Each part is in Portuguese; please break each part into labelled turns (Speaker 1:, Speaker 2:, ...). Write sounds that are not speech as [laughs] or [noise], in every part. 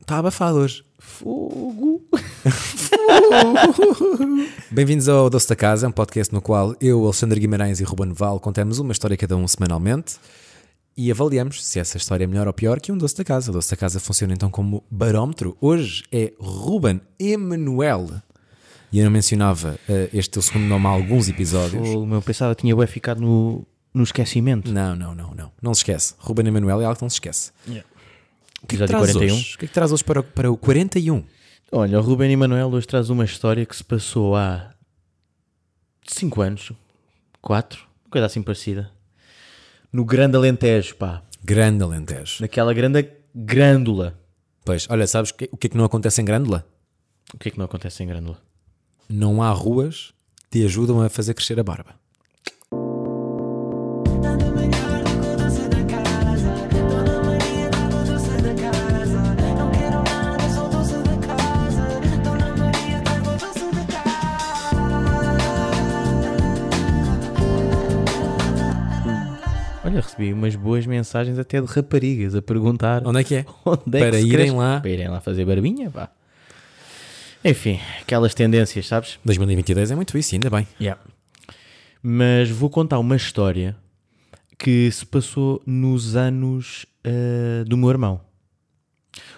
Speaker 1: Está abafador.
Speaker 2: Fogo.
Speaker 1: Bem-vindos ao Doce da Casa, um podcast no qual eu, Alexandre Guimarães e Ruben Val contamos uma história cada um semanalmente e avaliamos se essa história é melhor ou pior que um Doce da Casa. O Doce da Casa funciona então como barómetro. Hoje é Ruben Emanuel. E eu não mencionava eh, este teu segundo nome há alguns episódios.
Speaker 2: Fogo, meu. Pensava que tinha bué ficado no, no esquecimento.
Speaker 1: Não, não, não, não. Não se esquece. Ruben Emanuel é algo que não se esquece. O que é que
Speaker 2: Episódio
Speaker 1: traz
Speaker 2: 41?
Speaker 1: hoje? O que é que traz hoje para o, para o 41?
Speaker 2: Olha, o Ruben Emanuel hoje traz uma história que se passou há 5 anos, 4, coisa assim parecida. No Grande Alentejo, pá.
Speaker 1: Grande Alentejo.
Speaker 2: Naquela grande grândula.
Speaker 1: Pois, olha, sabes que- o que é que não acontece em Grândola?
Speaker 2: O que é que não acontece em Grândula?
Speaker 1: não há ruas que te ajudam a fazer crescer a barba.
Speaker 3: Dona Maria da Doce da Casa, Dona Maria da Doce da Casa. Não quero nada, sou doce da casa. Dona Maria da Doce da Casa.
Speaker 2: Olha, recebi umas boas mensagens até de raparigas a perguntar
Speaker 1: Onde é que é?
Speaker 2: [laughs] Onde é
Speaker 1: Para
Speaker 2: que se
Speaker 1: irem
Speaker 2: cresce?
Speaker 1: lá.
Speaker 2: Para irem lá fazer barbinha, vá. Enfim, aquelas tendências, sabes?
Speaker 1: 2022 é muito isso, ainda bem.
Speaker 2: Mas vou contar uma história que se passou nos anos ah, do meu irmão.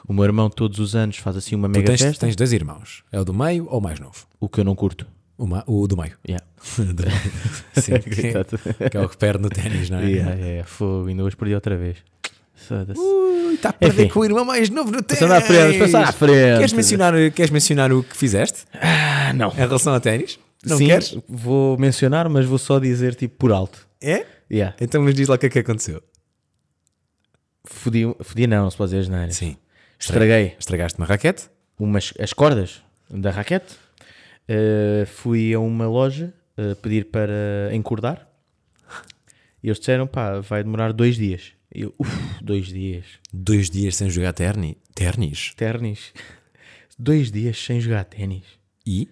Speaker 2: O meu irmão todos os anos faz assim uma
Speaker 1: Tu
Speaker 2: mega
Speaker 1: tens,
Speaker 2: festa,
Speaker 1: tens dois irmãos. É o do meio ou o mais novo?
Speaker 2: o que eu não curto.
Speaker 1: O, ma- o do meio. [laughs]
Speaker 2: Yeah.
Speaker 1: Do
Speaker 2: [laughs]
Speaker 1: meio. Sim, que,
Speaker 2: Exato.
Speaker 1: que é o que perde no ténis, não é?
Speaker 2: [laughs] yeah, yeah, fogo, ainda hoje perdi outra vez. Uh, Foda-se.
Speaker 1: Está tá a perder
Speaker 2: Enfim.
Speaker 1: com o irmão mais novo no ténis.
Speaker 2: Passando à frente, passando à frente.
Speaker 1: Queres mencionar, queres mencionar o que fizeste
Speaker 2: Ah, não.
Speaker 1: em relação ao ténis? Não
Speaker 2: Sim,
Speaker 1: queres?
Speaker 2: vou mencionar, mas vou só dizer tipo por alto.
Speaker 1: É?
Speaker 2: Yeah.
Speaker 1: Então nos diz lá o que é que aconteceu.
Speaker 2: Fodi, fodi não, não se pode dizer asneira.
Speaker 1: Sim.
Speaker 2: Estraguei
Speaker 1: Estragaste uma raquete?
Speaker 2: umas, as cordas da raquete. Uh, fui a uma loja uh, pedir para encordar. E eles disseram, pá, vai demorar dois dias. E eu, uff, dois dias.
Speaker 1: Dois dias sem jogar terni, ternis.
Speaker 2: Ternis. [laughs] Dois dias sem jogar ténis.
Speaker 1: E?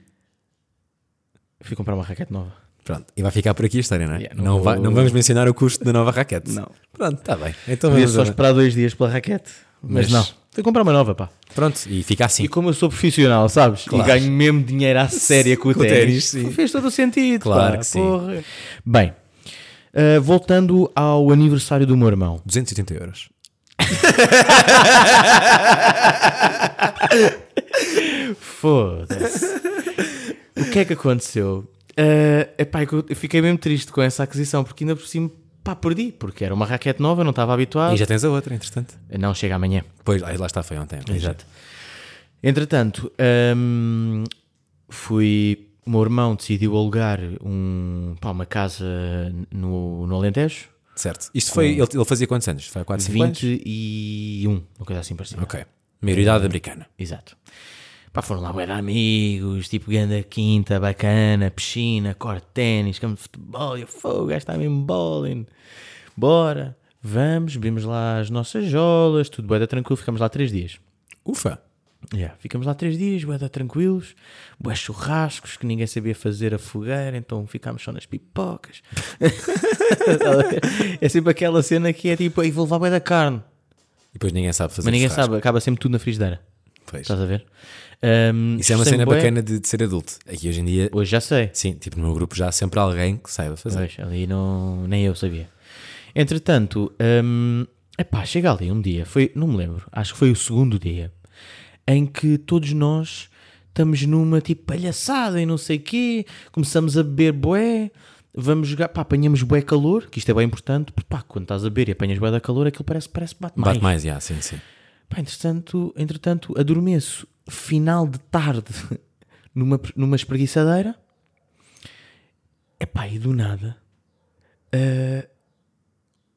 Speaker 2: Fui comprar uma raquete nova.
Speaker 1: Pronto, e vai ficar por aqui a história, não é?
Speaker 2: Yeah,
Speaker 1: não,
Speaker 2: não vou-
Speaker 1: vai- não vamos mencionar o custo da nova raquete.
Speaker 2: Não.
Speaker 1: Pronto, está bem. Então
Speaker 2: Podia
Speaker 1: vamos
Speaker 2: só
Speaker 1: a-
Speaker 2: esperar dois dias pela raquete.
Speaker 1: Mas-
Speaker 2: Mas, não. Fui comprar uma nova, pá.
Speaker 1: Pronto, e fica assim.
Speaker 2: E como eu sou profissional, sabes?
Speaker 1: Claro.
Speaker 2: E ganho mesmo dinheiro à séria [laughs] com o
Speaker 1: Com o ténis,
Speaker 2: ténis.
Speaker 1: sim.
Speaker 2: Fez todo o sentido.
Speaker 1: Claro
Speaker 2: pá,
Speaker 1: que sim.
Speaker 2: porra. Bem, ah, voltando ao aniversário do meu irmão.
Speaker 1: 280 euros.
Speaker 2: Foda-se. o que é que aconteceu? Ah, epá, é que eu eu fiquei mesmo triste com essa aquisição, porque ainda por cima, pá, perdi. Porque era uma raquete nova, eu não estava habituado. Eh,
Speaker 1: E já tens a outra, entretanto.
Speaker 2: Não, chega amanhã.
Speaker 1: Pois, aí lá está, foi ontem.
Speaker 2: Exato. Entretanto, hum, fui. O meu irmão decidiu alugar um, pá, uma casa no, no
Speaker 1: é.
Speaker 2: Alentejo.
Speaker 1: Certo. Isto foi, ele, ele fazia quantos anos? Foi 4, 5 anos?
Speaker 2: 21, uma coisa assim parecida.
Speaker 1: Ok. Maioridade americana.
Speaker 2: Exato. Pá, foram lá bué de amigos, tipo grande quinta, bacana, piscina, corte de ténis, campo de futebol, e eu, fogo, o gajo está mesmo bowling. Bora, vamos, bebemos lá as nossas jolas, tudo bué da tranquilo, ficamos lá três dias.
Speaker 1: Ufa.
Speaker 2: Yeah, Ficamos lá três dias, bué da tranquilos, bué churrascos que ninguém sabia fazer a fogueira, então ficámos só nas pipocas. [laughs] é sempre aquela cena que é tipo, aí vou levar bué da carne,
Speaker 1: E depois ninguém sabe fazer
Speaker 2: mas ninguém
Speaker 1: churrasco.
Speaker 2: sabe, acaba sempre tudo na frigideira.
Speaker 1: Pois.
Speaker 2: Estás a ver? Um,
Speaker 1: Isso é uma
Speaker 2: sem
Speaker 1: cena
Speaker 2: bué,
Speaker 1: bacana de, de ser adulto. Aqui hoje em dia,
Speaker 2: Hoje já sei.
Speaker 1: sim, tipo no meu grupo já há sempre alguém que saiba fazer.
Speaker 2: Pois, ali não, nem eu sabia. Entretanto, hum, epá, chega ali um dia, foi, não me lembro, acho que foi o segundo dia, em que todos nós estamos numa tipo palhaçada e não sei quê, começamos a beber bué, vamos jogar, pá, apanhamos bué calor, que isto é bem importante, porque pá, quando estás a beber e apanhas bué da calor, aquilo parece, parece que bate mais.
Speaker 1: Bate mais, já, sim, sim.
Speaker 2: Pá, entretanto, entretanto, adormeço final de tarde [laughs] numa, numa espreguiçadeira. Epá, e do nada, ah,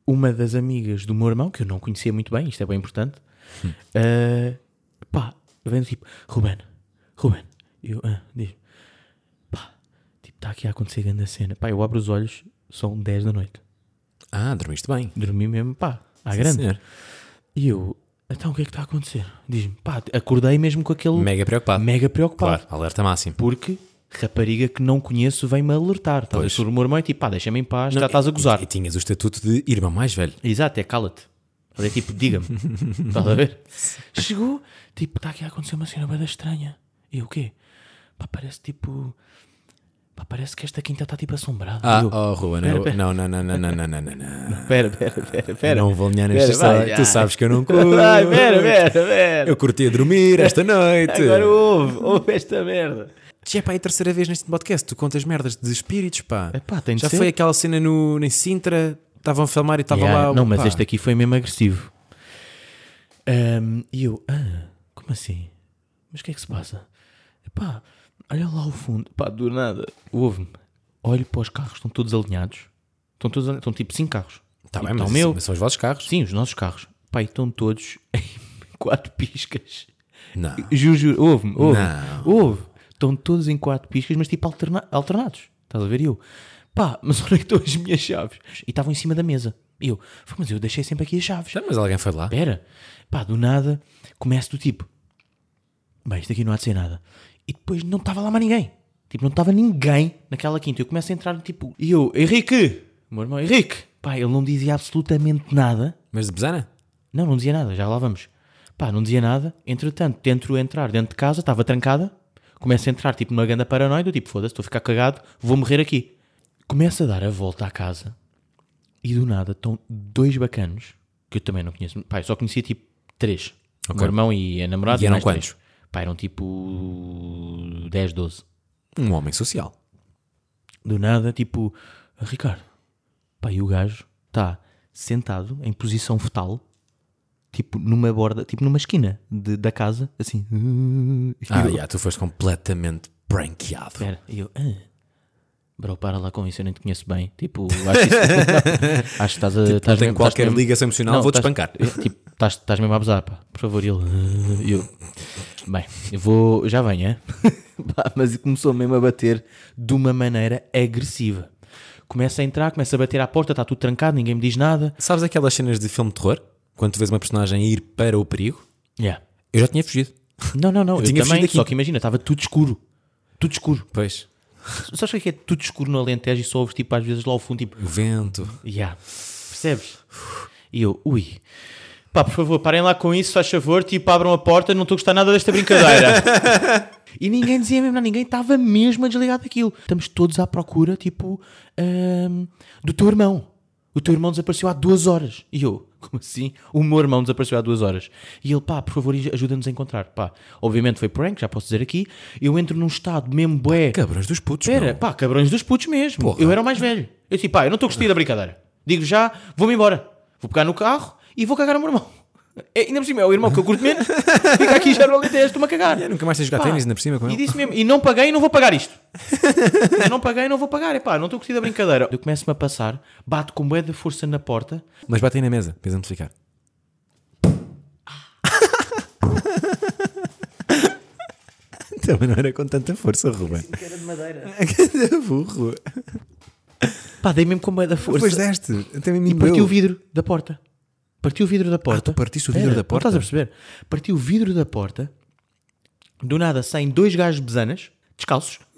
Speaker 2: uma das amigas do meu irmão, que eu não conhecia muito bem, isto é bem importante, ah, pá, vem tipo, Ruben, Ruben, eu, ah, diz pá, tipo, está aqui a acontecer grande cena. Pá, eu abro os olhos, são 10 da noite.
Speaker 1: Ah, dormiste bem.
Speaker 2: Dormi mesmo, pá, à grande.
Speaker 1: Senhor.
Speaker 2: E eu, então o que é que está a acontecer? Diz-me, pá, acordei mesmo com aquele mega,
Speaker 1: Mega preocupado.
Speaker 2: preocupado.
Speaker 1: Claro, alerta máximo.
Speaker 2: Porque rapariga que não conheço vem-me alertar. tá? Talvez o rumor é tipo, pá, deixa-me em paz, já estás a gozar.
Speaker 1: E, e tinhas o estatuto de irmão mais velho.
Speaker 2: Exato, é cala-te. Mas é tipo, [laughs] diga-me. Estás a ver? Chegou, tipo, está aqui a acontecer uma cena bem estranha. E eu, o quê? Pá, parece tipo. Pá, parece que esta quinta está tipo assombrada.
Speaker 1: Ah,
Speaker 2: E eu,
Speaker 1: oh, Ruben, eu- não, não, não, não, não, não, não, não, não.
Speaker 2: ah, Pera, pera, pera, pera.
Speaker 1: Não vou alinhar
Speaker 2: Pera,
Speaker 1: nesta
Speaker 2: vai,
Speaker 1: história.
Speaker 2: já.
Speaker 1: Tu sabes que eu [laughs] não curto.
Speaker 2: Ai, [laughs] pera, pera, pera.
Speaker 1: Eu curti a dormir esta noite.
Speaker 2: Agora ouve, ouve esta merda.
Speaker 1: Já pá, é a terceira vez neste podcast. Tu contas merdas de espíritos, É pá.
Speaker 2: Epá, tem de
Speaker 1: Já
Speaker 2: ser.
Speaker 1: foi aquela cena no, em Sintra. Estavam a filmar e estava
Speaker 2: Yeah,
Speaker 1: lá. o-
Speaker 2: Não, mas
Speaker 1: pá.
Speaker 2: este aqui foi mesmo agressivo. Ahm, e eu, ah, como assim? Mas o que é que se passa? Pá, olha lá ao fundo. Pá, do nada. Ouve-me. Olho para os carros, estão todos alinhados. Estão todos alinhados. Estão tipo 5 carros.
Speaker 1: Tá
Speaker 2: Tipo,
Speaker 1: bem,
Speaker 2: tá
Speaker 1: mas,
Speaker 2: o meu.
Speaker 1: mas são os vossos carros.
Speaker 2: Sim, os nossos carros. Pá, e estão todos [laughs] em quatro piscas.
Speaker 1: Não.
Speaker 2: Juro, juro, ouve-me,
Speaker 1: Não.
Speaker 2: ouve-me, ouve. Estão todos em quatro piscas, mas tipo alterna- alternados. Estás a ver? E eu, pá, mas [laughs] onde é que estão as minhas chaves? E estavam em cima da mesa. E eu, "Pô, mas eu deixei sempre aqui as chaves.
Speaker 1: Já, mas alguém foi lá.
Speaker 2: Espera, pá, do nada começo do tipo, bem, isto aqui não há de ser nada. E depois não estava lá mais ninguém. Tipo, não estava ninguém naquela quinta. Eu começo a entrar, tipo, e eu, Henrique, o meu irmão, Henrique. Pá, ele não dizia absolutamente nada.
Speaker 1: Mas de Besana?
Speaker 2: Não, não dizia nada, já lá vamos. Pá, não dizia nada. Entretanto, tento entrar dentro de casa, estava trancada. Começo a entrar, tipo, numa ganda paranoia, do tipo, foda-se, estou a ficar cagado, vou morrer aqui. Começo a dar a volta à casa e do nada estão dois bacanos, que eu também não conheço. Pá, eu só conhecia, tipo, três. O
Speaker 1: Ok.
Speaker 2: meu irmão e a namorada.
Speaker 1: E eram
Speaker 2: mais três.
Speaker 1: quantos?
Speaker 2: Pá, eram tipo 10, 12
Speaker 1: Um homem social.
Speaker 2: do nada, tipo, Ricardo, pá, e o gajo está sentado em posição fetal, tipo numa borda, tipo numa esquina de- da casa, assim.
Speaker 1: Ah, yeah, tu foste completamente prankeado.
Speaker 2: Espera, e eu, ah, bro, para lá com isso, eu nem te conheço bem. Tipo, [laughs] acho que, isso- acho que estás a.
Speaker 1: Não
Speaker 2: estás
Speaker 1: tem
Speaker 2: mesmo-
Speaker 1: qualquer
Speaker 2: estás mesmo-
Speaker 1: ligação emocional, vou-te
Speaker 2: estás-
Speaker 1: espancar.
Speaker 2: eu, Tipo, estás, estás mesmo a abusar, pá. Por favor, e ele. "Ah", e eu. Bem, eu vou. Já venho, é? [laughs] Pá, Mas começou mesmo a bater de uma maneira agressiva. Começa a entrar, começa a bater à porta, está tudo trancado, ninguém me diz nada.
Speaker 1: Sabes aquelas cenas de filme de terror? Quando tu vês uma personagem ir para o perigo?
Speaker 2: Yeah.
Speaker 1: Eu já tinha fugido.
Speaker 2: Não, não, não, eu,
Speaker 1: tinha fugido
Speaker 2: também.
Speaker 1: daqui.
Speaker 2: Só que imagina, estava tudo escuro. Tudo escuro.
Speaker 1: Pois.
Speaker 2: Sabes o que é que é tudo escuro no Alentejo e só ouves, tipo, às vezes lá ao fundo, tipo.
Speaker 1: O vento.
Speaker 2: Yeah. Percebes? E eu, ui. Pá, por favor, parem lá com isso, faz favor, tipo, abram a porta, não estou a gostar nada desta brincadeira. e ninguém dizia mesmo, nada, ninguém estava mesmo a desligar daquilo. Estamos todos à procura, tipo, ahm, do teu irmão. O teu irmão desapareceu há duas horas. E eu, como assim? O meu irmão desapareceu há duas horas. E ele, pá, por favor, ajuda-nos a encontrar. Pá, obviamente foi prank, já posso dizer aqui. Eu entro num estado mesmo bué.
Speaker 1: Cabrões dos putos.
Speaker 2: Espera,
Speaker 1: meu.
Speaker 2: É, pá, cabrões dos putos mesmo. Eu era o mais velho. Eu disse, pá, eu não estou a gostar da brincadeira. Digo já, vou-me embora. Vou pegar no carro e vou cagar no meu irmão. [laughs] É, ainda por cima, é o irmão que eu curto
Speaker 1: [laughs]
Speaker 2: menos. Fica aqui já no Alentejo, estou-me a cagar.
Speaker 1: Eu nunca mais tens jogar
Speaker 2: Pá,
Speaker 1: ténis ainda por cima com
Speaker 2: E
Speaker 1: ele.
Speaker 2: disse mesmo, e não paguei e não vou pagar
Speaker 1: [laughs]
Speaker 2: isto. Eu não paguei e não vou pagar. É pá, não estou a gostar da brincadeira. Eu começo-me a passar, bato com bué de força na porta.
Speaker 1: Mas batem na mesa, para exemplificar. [laughs] Também não era com tanta força, Ruben.
Speaker 2: Era
Speaker 1: [laughs]
Speaker 2: de madeira.
Speaker 1: Cada burro.
Speaker 2: Pá, dei mesmo com bué da força.
Speaker 1: Depois deste, até me
Speaker 2: E partiu o vidro da porta. Partiu o vidro da porta.
Speaker 1: Ah, tu partiste o vidro da
Speaker 2: Espera,
Speaker 1: porta?
Speaker 2: Não estás a perceber? Partiu o vidro da porta. Do nada saem dois gajos de besanas, descalços. [laughs]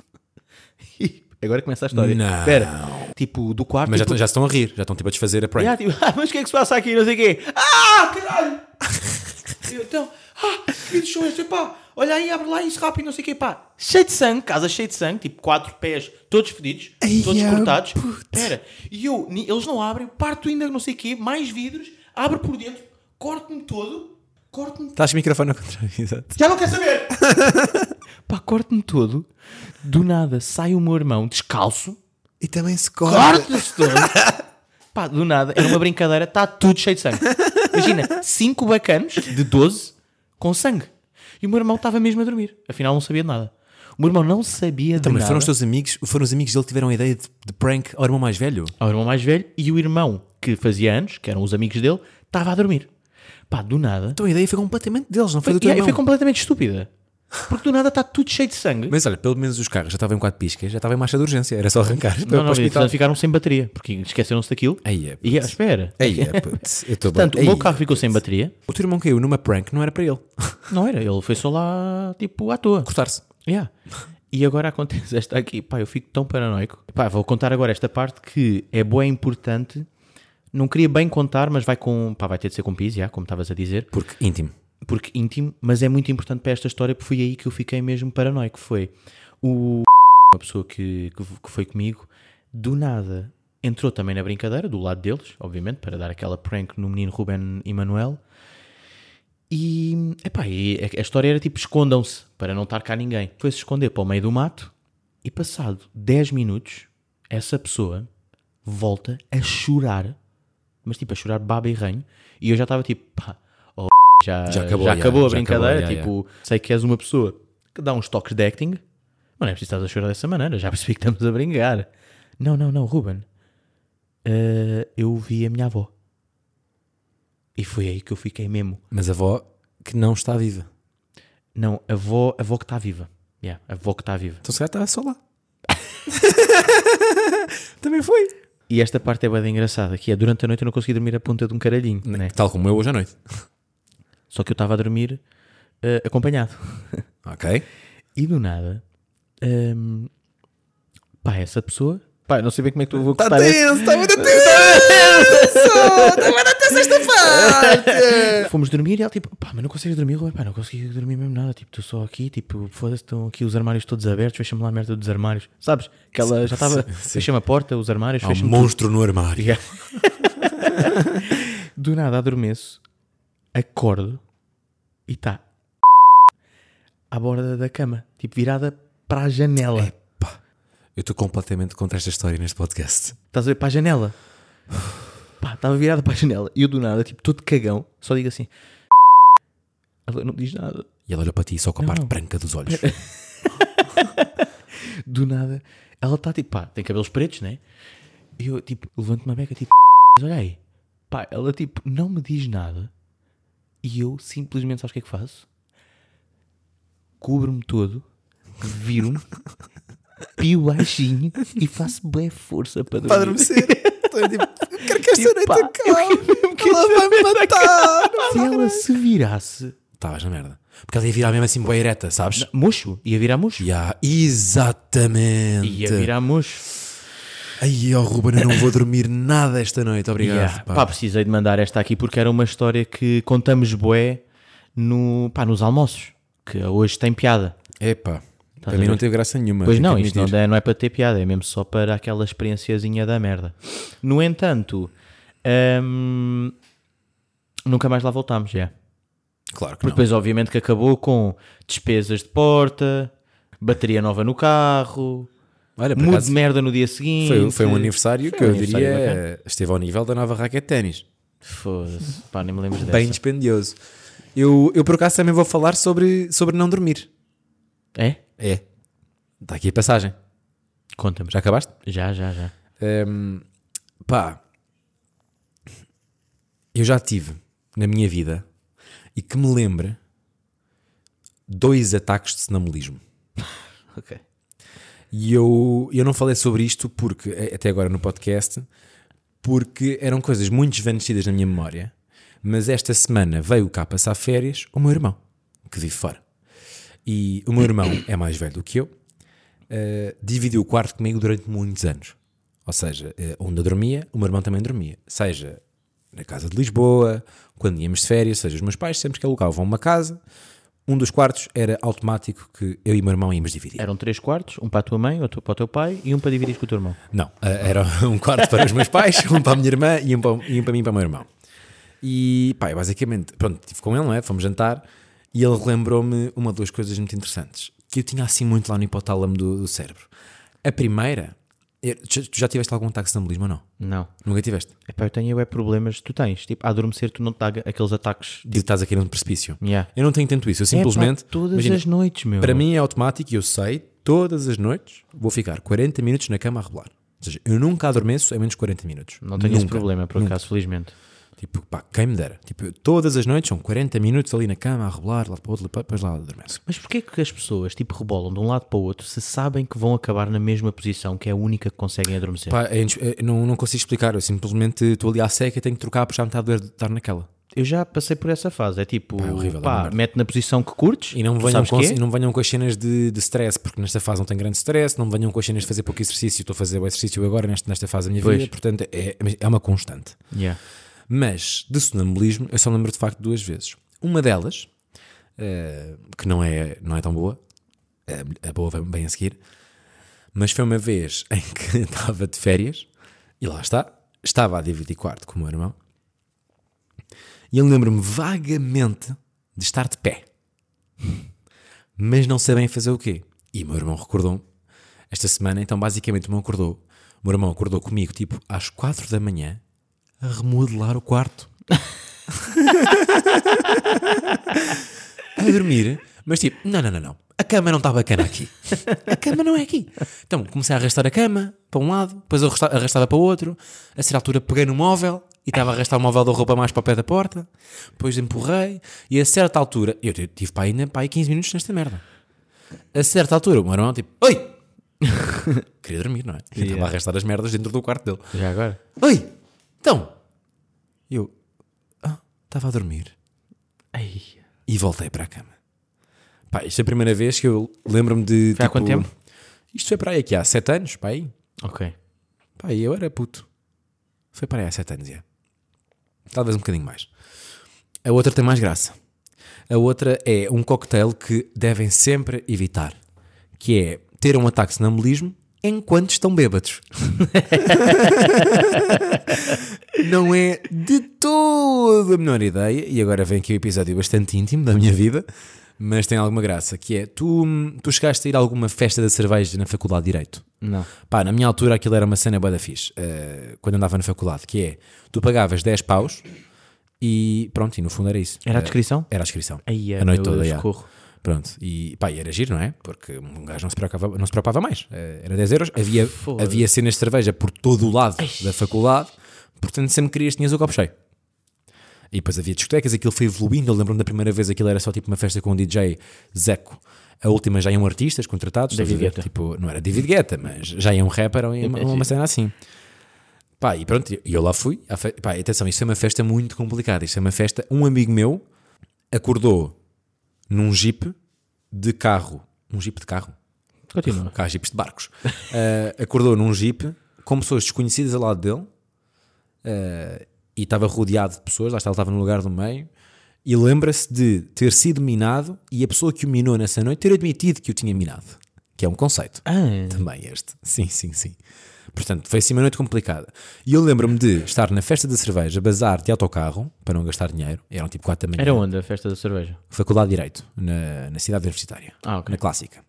Speaker 2: E agora começa a história.
Speaker 1: Não.
Speaker 2: Espera. Tipo, do quarto.
Speaker 1: Mas já,
Speaker 2: tipo,
Speaker 1: estão- já estão a rir, já estão tipo a desfazer a prank.
Speaker 2: Yeah, tipo, [laughs] "Ah, mas o que é que se passa aqui? Não sei o quê. Ah,
Speaker 1: [laughs]
Speaker 2: caralho! Eu, então, ah, que vidros são estes? Pá, olha aí, abre lá isso rápido, não sei o quê, pá. Cheio de sangue, casa cheia de sangue, tipo, quatro pés, todos fedidos,
Speaker 1: Ai,
Speaker 2: todos
Speaker 1: ah,
Speaker 2: cortados.
Speaker 1: puto.
Speaker 2: Espera, e eu, ni- eles não abrem, parto ainda não sei o quê, mais vidros, abro por dentro, corto-me todo, corto-me
Speaker 1: Estás com o microfone ao contrário, [laughs] exato.
Speaker 2: já não quer
Speaker 1: [laughs]
Speaker 2: saber! Pá, corte-me todo. Do nada sai o meu irmão descalço.
Speaker 1: E também se corta.
Speaker 2: Corta-se todo. Pá, do nada, era uma brincadeira, está tudo cheio de sangue. Imagina, cinco bacanos de 12 com sangue. E o meu irmão estava mesmo a dormir. Afinal, não sabia de nada. O meu irmão não sabia de
Speaker 1: Também
Speaker 2: nada.
Speaker 1: Então, foram os teus amigos, foram os amigos dele que tiveram a ideia de, de prank ao irmão mais velho.
Speaker 2: ao irmão mais velho e o irmão que fazia anos, que eram os amigos dele, estava a dormir. Pá, do nada.
Speaker 1: Então a ideia foi completamente deles, não foi, do
Speaker 2: Foi,
Speaker 1: teu
Speaker 2: yeah,
Speaker 1: irmão.
Speaker 2: foi completamente estúpida. Porque do nada está tudo cheio de sangue.
Speaker 1: Mas olha, pelo menos os carros já estavam em quatro piscas, já estavam em marcha de urgência, era só arrancar para,
Speaker 2: Não,
Speaker 1: para o
Speaker 2: não,
Speaker 1: hospital.
Speaker 2: portanto, ficaram sem bateria, porque esqueceram-se daquilo.
Speaker 1: Aí é,
Speaker 2: E ah, espera.
Speaker 1: Aí é, putz, eu estou
Speaker 2: Portanto, o
Speaker 1: bem.
Speaker 2: meu
Speaker 1: Ei,
Speaker 2: carro ficou sem bateria.
Speaker 1: O teu irmão caiu numa prank, não era para ele.
Speaker 2: Não era, ele foi só lá, tipo, à toa.
Speaker 1: Cortar-se.
Speaker 2: Yeah. E agora acontece esta aqui. Pá, eu fico tão paranoico. Pá, vou contar agora esta parte que é boa e importante não queria bem contar, mas vai com. Pá, vai ter de ser com pis, já, como estavas a dizer,
Speaker 1: Porque íntimo.
Speaker 2: porque íntimo, mas é muito importante para esta história, porque foi aí que eu fiquei mesmo paranoico. Foi o. Uma pessoa que, que, que foi comigo, do nada, entrou também na brincadeira, do lado deles, obviamente, para dar aquela prank no menino Ruben Emanuel. E, epá, e a- a história era tipo: escondam-se para não estar cá ninguém. Foi-se esconder para o meio do mato e, passado 10 minutos, essa pessoa volta a chorar, mas tipo a chorar baba e ranho. E eu já estava tipo: pá, oh, já,
Speaker 1: Já acabou, já,
Speaker 2: já acabou a
Speaker 1: já acabou,
Speaker 2: brincadeira.
Speaker 1: já, já.
Speaker 2: tipo, sei que és uma pessoa que dá uns toques de acting, mas não é preciso estás a chorar dessa maneira. Já percebi que estamos a brincar. Não, não, não, Ruben. Eh, eu vi a minha avó. E foi aí que eu fiquei mesmo.
Speaker 1: Mas a avó que não está viva.
Speaker 2: Não, a avó, a avó que está viva. Yeah, a avó que está viva.
Speaker 1: Então se calhar estava só lá. [laughs] Também foi.
Speaker 2: E esta parte é bem engraçada, que é durante a noite eu não consegui dormir a ponta de um caralhinho, né?
Speaker 1: Tal como eu hoje à noite.
Speaker 2: Só que eu estava a dormir eh, acompanhado.
Speaker 1: Ok.
Speaker 2: E do nada, ehm, pá, essa pessoa... Pá, não sei bem como é que tu vou
Speaker 1: Está
Speaker 2: cortar este-
Speaker 1: Tá tenso, está
Speaker 2: [laughs]
Speaker 1: muito tenso! Está muito tenso esta parte!
Speaker 2: Fomos dormir e ela tipo, pá, mas não consegues dormir, Rui? Pá, não consegui dormir mesmo nada. Tipo, estou só aqui, tipo, foda-se, estão aqui os armários todos abertos, fecha-me lá a merda dos armários. Sabes? Que ela já [laughs] estava,
Speaker 1: Sim, sim.
Speaker 2: fecha-me a porta, os armários,
Speaker 1: Há um
Speaker 2: fecha-me tudo.
Speaker 1: monstro no armário.
Speaker 2: Yeah. Do nada adormeço, acordo e está à borda da cama, tipo, virada para a janela.
Speaker 1: Eu estou completamente contra esta história neste podcast.
Speaker 2: Estás a ver para a janela? Pá, estava virada para a janela. E eu do nada, tipo, todo cagão, só digo assim. Ela não diz nada.
Speaker 1: E ela olhou para ti só com a
Speaker 2: Não,
Speaker 1: parte
Speaker 2: não.
Speaker 1: branca dos
Speaker 2: [laughs]
Speaker 1: olhos.
Speaker 2: do nada, ela está tipo, pá, tem cabelos pretos, né? E eu, tipo, levanto-me a beca, tipo, olha aí. Pá, ela, tipo, não me diz nada. E eu, simplesmente, sabes o que é que faço? Cubro-me todo,
Speaker 1: [laughs]
Speaker 2: viro-me, pio baixinho e faço bem força para dormir.
Speaker 1: Estou tipo, eu quero que esta
Speaker 2: Tipo, pá, eu mesmo que esta merda
Speaker 1: matar!
Speaker 2: Se ela se virasse,
Speaker 1: Estavas na merda. Porque ela ia virar mesmo assim boa ereta, sabes?
Speaker 2: mocho, ia virar mocho.
Speaker 1: Ya, exatamente.
Speaker 2: Ia virar mocho.
Speaker 1: Aí, ó Ruben, eu não vou dormir nada esta noite. Obrigado.
Speaker 2: Yeah.
Speaker 1: pá.
Speaker 2: Pá. precisei de mandar esta aqui porque era uma história que contamos bué no, pá, nos almoços, que hoje tem piada.
Speaker 1: Epá, para mim não teve graça nenhuma.
Speaker 2: Pois
Speaker 1: tenho
Speaker 2: não,
Speaker 1: que
Speaker 2: isto não
Speaker 1: admitir.
Speaker 2: é, não é para ter piada, é mesmo só para aquela experienciazinha da merda. No entanto, hum, nunca mais lá voltámos, já.
Speaker 1: Claro que
Speaker 2: Porque
Speaker 1: não.
Speaker 2: depois obviamente que acabou com despesas de porta, bateria nova no carro,
Speaker 1: Olha, É, por
Speaker 2: mudo
Speaker 1: acaso,
Speaker 2: de merda no dia seguinte.
Speaker 1: foi, foi um aniversário
Speaker 2: Foi
Speaker 1: que
Speaker 2: um
Speaker 1: eu
Speaker 2: aniversário
Speaker 1: diria é eh,
Speaker 2: bacana.
Speaker 1: esteve ao nível da nova raquete de ténis.
Speaker 2: Foda-se, pá, nem me lembro dessa.
Speaker 1: Bem dispendioso. Eu, eu, por acaso, também vou falar sobre, sobre não dormir.
Speaker 2: É?
Speaker 1: É. Está aqui a passagem.
Speaker 2: Conta-me.
Speaker 1: Já acabaste?
Speaker 2: Já, já, já.
Speaker 1: Hum, pá, eu já tive na minha vida e que me lembre dois ataques de sonambulismo.
Speaker 2: Ok.
Speaker 1: E eu, eu não falei sobre isto porque, eh, até agora no podcast, porque eram coisas muito desvanecidas na minha memória. Mas esta semana veio cá passar férias o meu irmão, que vive fora. E o meu irmão é mais velho do que eu, eh, dividiu o quarto comigo durante muitos anos. Ou seja, eh, onde eu dormia, o meu irmão também dormia. Seja na casa de Lisboa, quando íamos de férias, seja os meus pais, sempre que alugavam uma casa, um dos quartos era automático que eu e o meu irmão íamos dividir.
Speaker 2: Eram três quartos, um para a tua mãe, outro para o teu pai e um para dividir com o teu irmão.
Speaker 1: Não, eh, era [laughs] um quarto para os meus pais, [laughs] um para a minha irmã e um para, e um para mim e para o meu irmão. E pá, eu basicamente, pronto, estive com ele, não é? Fomos jantar e ele relembrou-me uma ou duas coisas muito interessantes que eu tinha assim muito lá no hipotálamo do, do cérebro. A primeira, eh, tu tu já tiveste algum ataque de sonambulismo ou não?
Speaker 2: Não.
Speaker 1: Nunca tiveste?
Speaker 2: Epá, eu tenho é problemas que tu tens. Tipo, a adormecer tu não te dá aqueles ataques.
Speaker 1: De estás aqui num precipício.
Speaker 2: Yeah.
Speaker 1: Eu não tenho tanto isso, eu simplesmente.
Speaker 2: Epá, todas
Speaker 1: imagina,
Speaker 2: as noites, meu.
Speaker 1: Para mim é automático e eu sei, todas as noites vou ficar 40 minutos na cama a rebolar. Ou seja, eu nunca adormeço a menos de 40 minutos.
Speaker 2: Não tenho esse
Speaker 1: Nunca.
Speaker 2: problema, por acaso, felizmente.
Speaker 1: Tipo, pá, quem me dera. Tipo, eu todas as noites são 40 minutos ali na cama a rebolar, lá para o outro, lá para- depois lá adormeço.
Speaker 2: Mas porquê que as pessoas, tipo, rebolam de um lado para o outro se sabem que vão acabar na mesma posição, que é a única que conseguem adormecer?
Speaker 1: Pá, é ins- é, não, não consigo explicar. Eu simplesmente estou ali à seca e tenho que trocar porque já me está a doer de estar naquela.
Speaker 2: eu já passei por essa fase. É tipo,
Speaker 1: Pá, é horrível, é uma
Speaker 2: pá,
Speaker 1: merda.
Speaker 2: mete na posição que curtes
Speaker 1: E não
Speaker 2: tu
Speaker 1: venham,
Speaker 2: sabes
Speaker 1: com,
Speaker 2: que é.
Speaker 1: e não venham com as cenas de, de stress, porque nesta fase não tem grande stress, não venham com as cenas de fazer pouco exercício, estou a fazer o exercício agora nesta, nesta fase da minha
Speaker 2: Pois.
Speaker 1: vida, portanto é, é uma constante.
Speaker 2: Yeah.
Speaker 1: Mas de sonambulismo eu só lembro de facto duas vezes. Uma delas, eh, que não é, não é tão boa, a, a boa vem bem a seguir, mas foi uma vez [laughs] em que estava de férias e lá está, estava a dividir quarto com o meu irmão e eu lembro-me vagamente de estar de pé, mas não sei bem fazer o quê. E o meu irmão recordou-me esta semana, então basicamente o meu irmão acordou. O meu irmão acordou comigo tipo às quatro da manhã a remodelar o quarto. a dormir, mas tipo, não, não, não, não. A cama não está bacana aqui. A cama não é aqui. Então comecei a arrastar a cama para um lado, depois eu arrasta- arrastava para o outro. A certa altura peguei no móvel e estava a arrastar o móvel da roupa mais para o pé da porta. Depois empurrei e a certa altura, eu t- tive para aí ainda para aí 15 minutos nesta merda. A certa altura, o meu irmão tipo, oi! [laughs] Queria dormir, não é? E Estava a arrastar as merdas dentro do quarto dele.
Speaker 2: Já agora?
Speaker 1: Oi, então. Eu "Ah, estava a dormir
Speaker 2: Ai.
Speaker 1: e voltei para a cama. Pá, isto é a primeira vez que eu lembro-me de. tipo,
Speaker 2: Foi há quanto tempo?
Speaker 1: Isto foi para aí aqui há 7 anos, pá aí.
Speaker 2: Ok.
Speaker 1: Pá, eu era puto. Foi para aí há 7 anos, já. Talvez um bocadinho mais. A outra tem mais graça. A outra é um cocktail que devem sempre evitar, que é ter um ataque de sonambulismo enquanto estão bêbados. [laughs] Não é de todo a menor ideia, e agora vem aqui o episódio bastante íntimo da minha vida, mas tem alguma graça, que é, tu, tu chegaste a ir a alguma festa da cerveja na faculdade de Direito?
Speaker 2: Não.
Speaker 1: Pá, na minha altura aquilo era uma cena bué da fixe, eh, quando andava na faculdade, que é, tu pagavas 10 paus e pronto, e no fundo era isso.
Speaker 2: Era a descrição?
Speaker 1: Era a inscrição.
Speaker 2: Ai,
Speaker 1: a noite
Speaker 2: é, meu
Speaker 1: toda,
Speaker 2: Deus,
Speaker 1: já.
Speaker 2: corro.
Speaker 1: Pronto, e pá, e era giro, não é? Porque um gajo não se preocupava, não se preocupava mais. Eh, Era 10 euros, havia,
Speaker 2: Foda-se.
Speaker 1: havia cenas de cerveja por todo o lado da faculdade, portanto sempre querias, tinhas o copo cheio. E depois havia discotecas, aquilo foi evoluindo. Eu lembro-me da primeira vez aquilo era só tipo uma festa com um DJ Zeco. A última já iam artistas contratados,
Speaker 2: David
Speaker 1: estás a ver?
Speaker 2: Guetta.
Speaker 1: Tipo, não era David Guetta, mas já iam rapper ou ia uma, uma cena assim. Pá, e pronto, e eu lá fui. à fe- Pá, atenção, isso é uma festa muito complicada. Isso é uma festa. Um amigo meu acordou num jeep de carro. Um jeep de carro?
Speaker 2: Continua.
Speaker 1: Cá há jipes de barcos. [laughs] Ah, acordou num jeep com pessoas desconhecidas ao lado dele ah, e estava rodeado de pessoas, lá está, ele estava no lugar do meio. E lembra-se de ter sido minado e a pessoa que o minou nessa noite ter admitido que o tinha minado, que é um conceito.
Speaker 2: Ah,
Speaker 1: Também este. Sim, sim, sim. Portanto, foi assim uma noite complicada. E eu lembro-me de estar na festa da cerveja, bazar de autocarro, para não gastar dinheiro. Eram tipo 4 da manhã.
Speaker 2: era onde a festa da cerveja?
Speaker 1: Faculdade de Direito, na, na cidade universitária,
Speaker 2: Ah, ok.
Speaker 1: na clássica.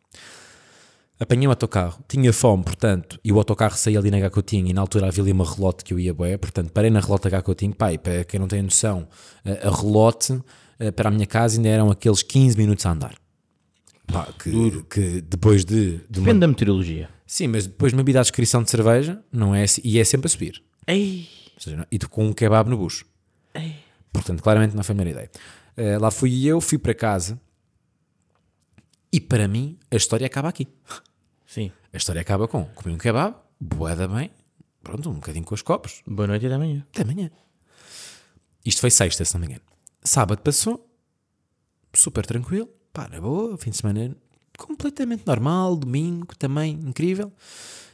Speaker 1: Apanhei o autocarro, tinha fome, portanto, e o autocarro saía ali na Gacotinho, e na altura havia ali uma relote que eu ia bué, portanto, parei na relote da Gacotinho, pai, para quem não tem noção, a, a relote eh, para a minha casa ainda eram aqueles 15 minutos a andar. Pá, que, que depois de, de uma-
Speaker 2: Depende da meteorologia.
Speaker 1: Sim, mas depois me bebida à descrição de cerveja, não é, assim- e é sempre a subir.
Speaker 2: Ei.
Speaker 1: Ou seja, não- e tu com um kebab no bucho. Portanto, claramente não foi a melhor ideia. Eh, lá fui eu, fui para casa e para mim a história acaba aqui.
Speaker 2: Sim.
Speaker 1: A história acaba com comi um kebab, boeda bem, pronto, um bocadinho com os copos,
Speaker 2: Boa noite e até amanhã.
Speaker 1: até amanhã. Isto foi sexta, se não me engano. Sábado passou, super tranquilo, pá, na boa, fim de semana completamente normal, domingo também incrível.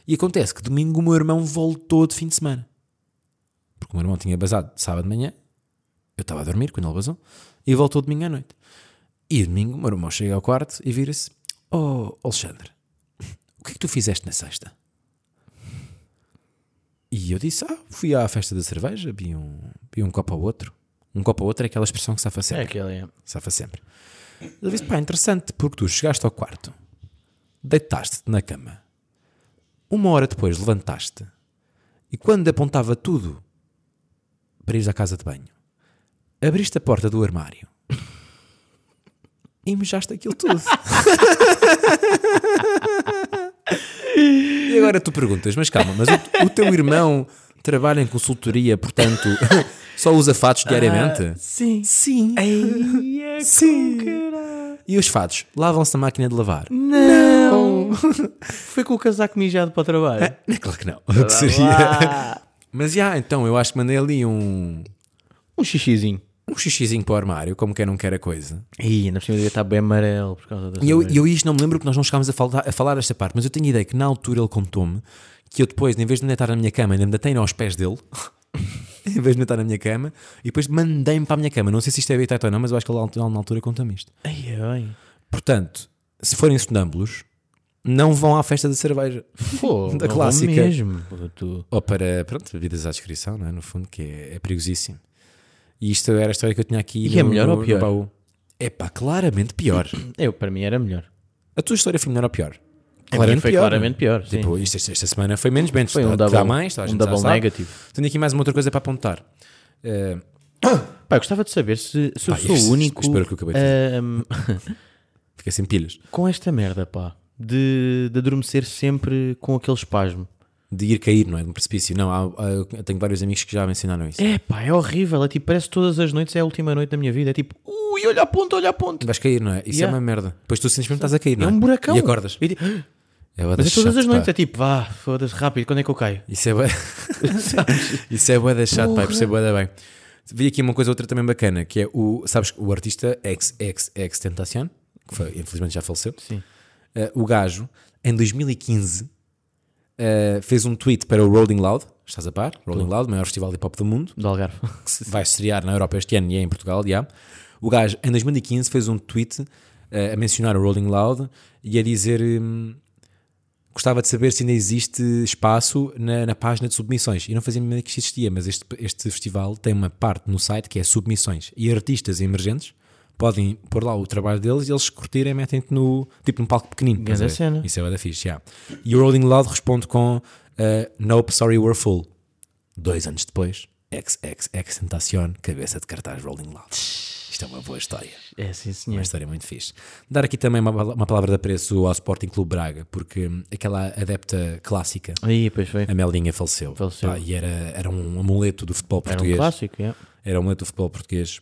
Speaker 1: E acontece que domingo o meu irmão voltou de fim de semana. Porque o meu irmão tinha basado de sábado de manhã, eu estava a dormir quando ele basou, e voltou domingo à noite. E domingo o meu irmão chega ao quarto e vira-se: Oh, Alexandre, o que é que tu fizeste na sexta? E eu disse: Ah, fui à festa da cerveja, vi um, vi um copo ao outro. Um copo ao outro é aquela expressão que safa
Speaker 2: É
Speaker 1: sempre.
Speaker 2: aquele. é.
Speaker 1: Safa sempre. Ele disse: pá, interessante, porque tu chegaste ao quarto, deitaste-te na cama, uma hora depois levantaste, e quando apontava tudo para ires à casa de banho, abriste a porta do armário e mejaste aquilo tudo. [laughs] e agora tu perguntas: mas calma, mas o, o teu irmão trabalha em consultoria, portanto. [laughs] Só usa fatos diariamente?
Speaker 2: Ah, Sim.
Speaker 1: Sim.
Speaker 2: Ei, é
Speaker 1: Sim.
Speaker 2: com caralho.
Speaker 1: E os fatos? Lavam-se na máquina de lavar?
Speaker 2: Não. [laughs] Foi com o casaco mijado para o [laughs] trabalho. Ah,
Speaker 1: É [laughs] Claro que não. [laughs] O que seria? Mas já, então, eu acho que mandei ali um.
Speaker 2: Um xixizinho.
Speaker 1: um xixizinho para o armário, como quem não quer a coisa.
Speaker 2: Ih, ainda por cima devia estar bem amarelo por causa das
Speaker 1: E eu,
Speaker 2: abelhas.
Speaker 1: eu isto não me lembro que nós não chegámos a, falta- a falar esta parte, mas eu tenho a ideia que na altura ele contou-me que eu depois, em vez de ainda estar na minha cama, ainda me deitei aos pés dele, [laughs] em vez de ainda estar na minha cama, e depois mandei-me para a minha cama. Não sei se isto é habitat ou não, mas eu acho que ele na- na altura conta-me isto.
Speaker 2: Ai, é bem.
Speaker 1: Portanto, se forem sonâmbulos, não vão à festa da cerveja.
Speaker 2: Pô,
Speaker 1: Da
Speaker 2: não vou
Speaker 1: clássica.
Speaker 2: mesmo. Tu-
Speaker 1: Ou para, pronto, bebidas à descrição, não é? No fundo, que é, é perigosíssimo. E isto era a história que eu tinha aqui
Speaker 2: E é melhor ou pior?
Speaker 1: É pá, claramente pior.
Speaker 2: Eu, para mim era melhor.
Speaker 1: A tua história foi melhor ou pior? é?
Speaker 2: A minha foi claramente pior, sim.
Speaker 1: Tipo, isto, esta, esta semana foi menos bem.
Speaker 2: Foi um
Speaker 1: dá,
Speaker 2: double,
Speaker 1: mais, toda a
Speaker 2: um
Speaker 1: gente já
Speaker 2: double
Speaker 1: sabe.
Speaker 2: negative.
Speaker 1: Tenho aqui mais uma outra coisa para apontar. Eh,
Speaker 2: Pá, eu gostava de saber se, se eu
Speaker 1: Pá,
Speaker 2: sou
Speaker 1: isto-
Speaker 2: o único.
Speaker 1: espero que eu acabei de
Speaker 2: ahm, [laughs]
Speaker 1: fiquei sem pilhas.
Speaker 2: com esta merda, pá, de, de adormecer sempre com aquele espasmo.
Speaker 1: De ir cair, não é? De um precipício. Não, há- há- eu tenho vários amigos que já mencionaram isso.
Speaker 2: É pá, é horrível. É tipo, parece que todas as noites é a última noite da minha vida. É tipo, ui, olha a ponta, olha a ponta.
Speaker 1: Vais cair, não é? Isso
Speaker 2: Yeah.
Speaker 1: é uma merda. Depois tu sentes mesmo que estás a cair, não
Speaker 2: É
Speaker 1: é?
Speaker 2: um buracão.
Speaker 1: E acordas.
Speaker 2: E tipo,
Speaker 1: É
Speaker 2: [gasps] mas é todas as noites. É tipo, vá, foda-se, rápido, quando é que eu caio?
Speaker 1: Isso é bué... Isso é bué da chato, pai, percebo bué da bem. Vi aqui uma coisa outra também bacana, que é o, sabes, que o artista XXX Tentacion, que foi- infelizmente já faleceu.
Speaker 2: Sim.
Speaker 1: Eh, o gajo, em 2015, eh, fez um tweet para o Rolling Loud, estás a par? Rolling Loud, maior festival de hip-hop do mundo
Speaker 2: Do Algarve.
Speaker 1: que se vai estrear na Europa este ano e é em Portugal, já. O gajo, em 2015, fez um tweet eh, a mencionar o Rolling Loud e a dizer: hum, Gostava de saber se ainda existe espaço na, na página de submissões. E não fazia a mínima ideia que isto existia, mas este, este festival tem uma parte no site que é submissões. E artistas emergentes podem pôr lá o trabalho deles e eles curtirem, metem-te no, tipo, num palco pequenino. estás a ver?
Speaker 2: cena.
Speaker 1: Isso é o da fixe, já. E o Rolling Loud responde com: eh, Nope, sorry, we're full. Dois anos depois, XXX Tentacion, cabeça de cartaz Rolling Loud. Isto é uma boa história.
Speaker 2: [laughs] É, sim, senhor.
Speaker 1: Uma história muito fixe. Dar aqui também uma, pala- uma palavra de apreço ao Sporting Clube Braga, porque hum, aquela adepta clássica,
Speaker 2: Aí, pois foi. um
Speaker 1: a Melinha, faleceu.
Speaker 2: Faleceu.
Speaker 1: Pá, e era, era um amuleto do futebol
Speaker 2: Era um
Speaker 1: português.
Speaker 2: clássico, é.
Speaker 1: Era um amuleto do futebol português.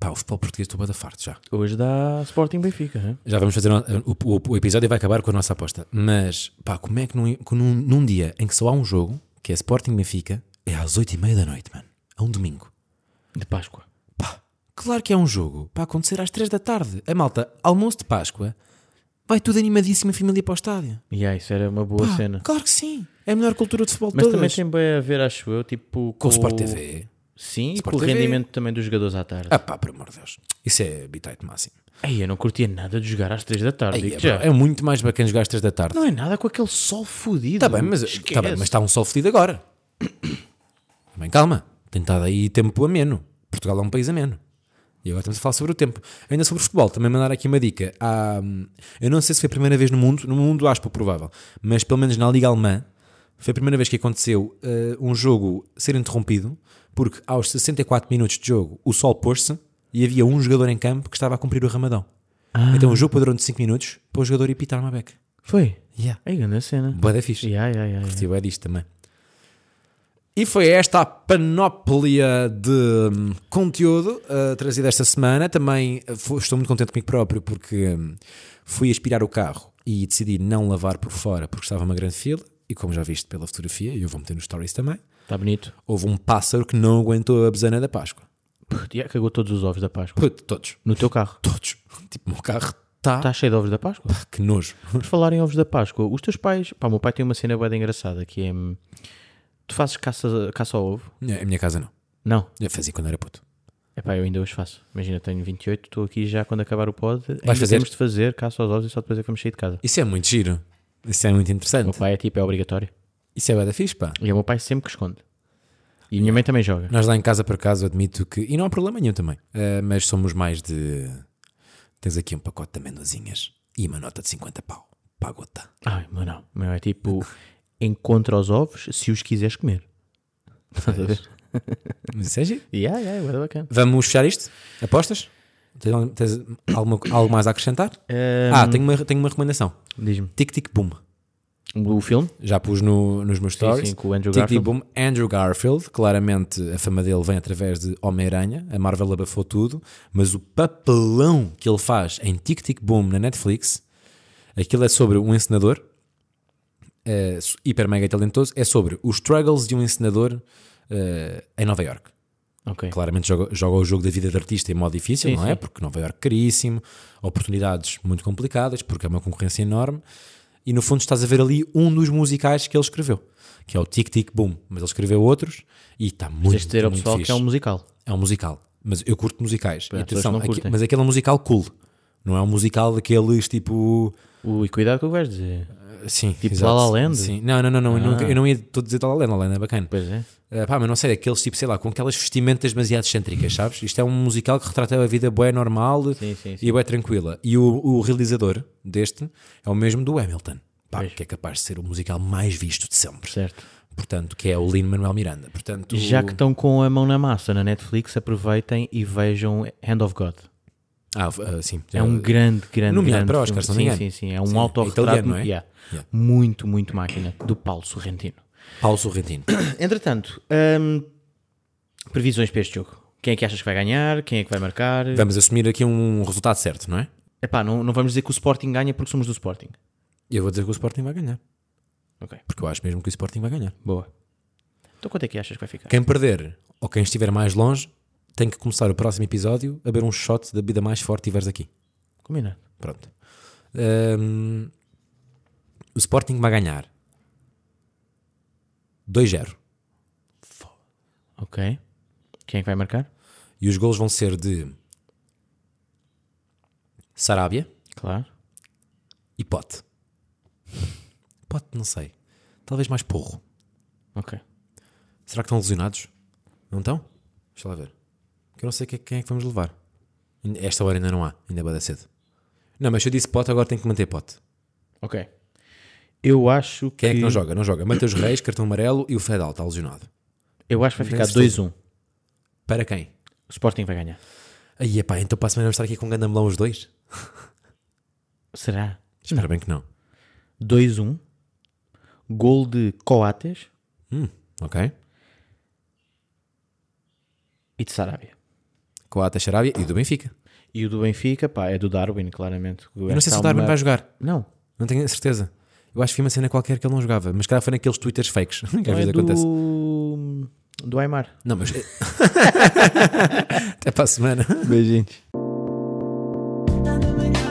Speaker 1: Pá, o futebol português estou bué da farto já.
Speaker 2: Hoje dá Sporting Benfica, é?
Speaker 1: Já vamos fazer ah, o, o- o episódio vai acabar com a nossa aposta. Mas pá, como é que num, que num- num dia em que só há um jogo, que é Sporting Benfica, é às 8 e meia da noite, mano. É um domingo.
Speaker 2: De Páscoa.
Speaker 1: Pá, claro que é um jogo para acontecer às 3 da tarde. A malta, almoço de Páscoa, vai tudo animadíssima a família para o estádio.
Speaker 2: E aí, isso era uma boa
Speaker 1: Pá,
Speaker 2: cena.
Speaker 1: Claro que sim. É a melhor cultura de futebol de
Speaker 2: Mas também
Speaker 1: todas.
Speaker 2: tem bem a ver, acho eu, tipo.
Speaker 1: Com o Sport TV.
Speaker 2: Sim, e
Speaker 1: Sport
Speaker 2: com o
Speaker 1: TV.
Speaker 2: rendimento também dos jogadores à tarde.
Speaker 1: Ah pá, por amor de Deus. Isso é bitite máximo.
Speaker 2: Ei, eu não curtia nada de jogar às 3 da tarde.
Speaker 1: Aí,
Speaker 2: digo-te
Speaker 1: é,
Speaker 2: já.
Speaker 1: é muito mais bacana jogar às 3 da tarde.
Speaker 2: Não é nada com aquele sol fodido.
Speaker 1: Está Tá bem, mas
Speaker 2: Esquece.
Speaker 1: está bem, mas está um sol fedido agora. Também calma, tem estado aí tempo ameno. Portugal é um país ameno. E agora estamos a falar sobre o tempo. Ainda sobre o futebol, também mandar aqui uma dica. Há, hum, eu não sei se foi a primeira vez no mundo, no mundo acho pouco provável, mas pelo menos na Liga Alemã foi a primeira vez que aconteceu eh, um jogo ser interrompido porque aos 64 minutos de jogo o sol pôs-se e havia um jogador em campo que estava a cumprir o ramadão. Então o jogo padrão de 5 minutos para o jogador ir pitar uma beca.
Speaker 2: Foi.
Speaker 1: Yeah.
Speaker 2: Aí, grande cena.
Speaker 1: Boa da fixe.
Speaker 2: Ya, ya, ya, ya.
Speaker 1: Curti bué disto também. E foi esta a panóplia de hum, conteúdo uh, trazida esta semana. Também uh, fo- estou muito contente comigo próprio porque hum, fui aspirar o carro e decidi não lavar por fora porque estava uma grande fila. E como já viste pela fotografia, e eu vou meter nos stories também,
Speaker 2: Está Tá bonito.
Speaker 1: houve um pássaro que não aguentou a besana da Páscoa.
Speaker 2: Puto, ya, é, cagou todos os ovos da Páscoa.
Speaker 1: Puto, todos,
Speaker 2: No teu carro.
Speaker 1: todos. [laughs] Tipo, o meu carro está.
Speaker 2: Está cheio de ovos da Páscoa?
Speaker 1: Que nojo. [laughs]
Speaker 2: Por falar em ovos da Páscoa, os teus pais. Pá, o meu pai tem uma cena bem engraçada que é. hum, Tu fazes caça, caça ao ovo?
Speaker 1: A minha casa não.
Speaker 2: Não.
Speaker 1: Eu fazia quando era puto.
Speaker 2: É pá, eu ainda hoje faço. Imagina, tenho 28, estou aqui já quando acabar o pod. Vais
Speaker 1: fazer?
Speaker 2: Temos de fazer caça aos ovos e só depois é que vamos sair de casa.
Speaker 1: Isso é muito giro. Isso é muito
Speaker 2: O meu
Speaker 1: interessante.
Speaker 2: pai é tipo, é obrigatório.
Speaker 1: Isso é bué da fixe, pá.
Speaker 2: E o meu pai sempre que esconde. E a minha mãe também joga.
Speaker 1: Nós lá em casa, por acaso, admito que. E não há problema nenhum também. eh, mas somos mais de. Tens aqui um pacote de amendozinhas e uma nota de 50 pau. Para a gota.
Speaker 2: Ai, mas não. O meu é tipo, [laughs] encontra os ovos se os quiseres comer. Estás a ver?
Speaker 1: Mas isso é giro.
Speaker 2: [laughs] Yeah, yeah, bué da bacana.
Speaker 1: Vamos fechar isto? Apostas? Tens, tens alguma- algo mais a acrescentar? Ah, tenho uma, tenho uma recomendação.
Speaker 2: Diz-me,
Speaker 1: Tic Tic Boom.
Speaker 2: o filme?
Speaker 1: Já pus no- nos meus stories.
Speaker 2: sim, com o Andrew
Speaker 1: Tic Tic
Speaker 2: Garfield.
Speaker 1: Boom, Andrew Garfield. Claramente a fama dele vem através de Homem-Aranha. A Marvel abafou tudo. Mas o papelão que ele faz em Tic Tic Boom na Netflix, aquilo é sobre um encenador eh, su- hiper mega talentoso. É sobre os struggles de um encenador eh, em Nova York.
Speaker 2: Ok.
Speaker 1: Claramente joga, joga o jogo da vida de artista em modo difícil,
Speaker 2: Sim,
Speaker 1: não é?
Speaker 2: sim.
Speaker 1: Porque Nova Iorque caríssimo, oportunidades muito complicadas, porque é uma concorrência enorme. E no fundo estás a ver ali um dos musicais que ele escreveu, que é o Tic Tic Boom. Mas ele escreveu outros e está muito,
Speaker 2: Tens de ter ao
Speaker 1: muito
Speaker 2: pessoal
Speaker 1: fixe.
Speaker 2: que é um musical.
Speaker 1: É um musical. Mas eu curto musicais.
Speaker 2: Pá,
Speaker 1: E
Speaker 2: há pessoas que não
Speaker 1: aque-
Speaker 2: curtem.
Speaker 1: mas aquele é um musical cool. Não é um musical daqueles tipo.
Speaker 2: Ui, cuidado com o que vais dizer.
Speaker 1: Sim,
Speaker 2: Tipo
Speaker 1: exato.
Speaker 2: La La Land? Ah.
Speaker 1: Sim. Não, não, não, não, eu, nunca- eu não ia todo dizer La La Land, La La Land é bacana.
Speaker 2: Pois é.
Speaker 1: Ah, pá, mas não sei, aqueles tipo, sei lá, com aquelas vestimentas demasiado excêntricas, sabes? Isto é um musical que retrata a vida boa normal
Speaker 2: Sim, sim, sim.
Speaker 1: e boa tranquila. E o, o realizador deste é o mesmo do Hamilton, pá,
Speaker 2: Pois.
Speaker 1: que é capaz de ser o musical mais visto de sempre.
Speaker 2: Certo.
Speaker 1: Portanto, que é o Lin-Manuel Miranda. Portanto,
Speaker 2: Já que estão com a mão na massa na Netflix, aproveitem e vejam Hand of God.
Speaker 1: Ah, ah, sim.
Speaker 2: É um grande, grande,
Speaker 1: Nomeado
Speaker 2: grande
Speaker 1: para
Speaker 2: filme.
Speaker 1: Oscar, se não me
Speaker 2: sim,
Speaker 1: engano.
Speaker 2: sim, sim. É um
Speaker 1: Sim, é
Speaker 2: autorretrato
Speaker 1: italiano, não é?
Speaker 2: yeah.
Speaker 1: Yeah.
Speaker 2: muito, muito máquina do Paulo Sorrentino.
Speaker 1: Paulo
Speaker 2: [coughs]
Speaker 1: Sorrentino.
Speaker 2: Entretanto, hum, previsões para este jogo. Quem é que achas que vai ganhar? Quem é que vai marcar?
Speaker 1: Vamos assumir aqui um resultado certo, não é?
Speaker 2: Epá, não, não vamos dizer que o Sporting ganha porque somos do Sporting.
Speaker 1: Eu vou dizer que o Sporting vai ganhar.
Speaker 2: Ok.
Speaker 1: Porque eu acho mesmo que o Sporting vai ganhar.
Speaker 2: Boa. Então quanto é que achas que vai ficar?
Speaker 1: Quem perder ou quem estiver mais longe tem que começar o próximo episódio a beber um shot da bebida mais forte e tiveres aqui.
Speaker 2: Combinado.
Speaker 1: Pronto. Hum, o Sporting vai ganhar 2-0.
Speaker 2: Ok. Quem é que vai marcar?
Speaker 1: E os gols vão ser de Sarabia
Speaker 2: Claro.
Speaker 1: e Pote. Pote, não sei. Talvez mais Porro.
Speaker 2: Ok.
Speaker 1: Será que estão lesionados? Não estão? Deixa lá ver. Que eu não sei que- quem é que vamos levar. Esta hora ainda não há, ainda é bué da cedo. Não, mas se eu disse pote, agora tenho que manter pote.
Speaker 2: Ok. Eu acho que.
Speaker 1: Quem é que não joga? Não joga. Mateus Reis, cartão amarelo e o Fedal está lesionado.
Speaker 2: Eu acho que vai
Speaker 1: Não
Speaker 2: ficar
Speaker 1: tens certeza.
Speaker 2: 2-1.
Speaker 1: Para quem?
Speaker 2: O Sporting vai ganhar.
Speaker 1: Aí, epá, então para a semana vamos estar aqui com um gandamelão os dois?
Speaker 2: Será?
Speaker 1: Espero bem que não.
Speaker 2: 2-1. Gol de Coates
Speaker 1: Hum, ok.
Speaker 2: e de Sarabia.
Speaker 1: Coata, Xarabia e do Benfica.
Speaker 2: E o do Benfica, pá, é do Darwin, claramente.
Speaker 1: Eu não sei se o Darwin vai jogar.
Speaker 2: Não.
Speaker 1: Não tenho a certeza. Eu acho que foi uma cena qualquer que ele não jogava. Mas calhar foi naqueles twitters fakes [laughs] que às
Speaker 2: Não é
Speaker 1: vezes acontece.
Speaker 2: do. Do Aymar.
Speaker 1: Não, mas... [laughs] Até para a semana.
Speaker 2: Beijinhos.
Speaker 3: Ana Maria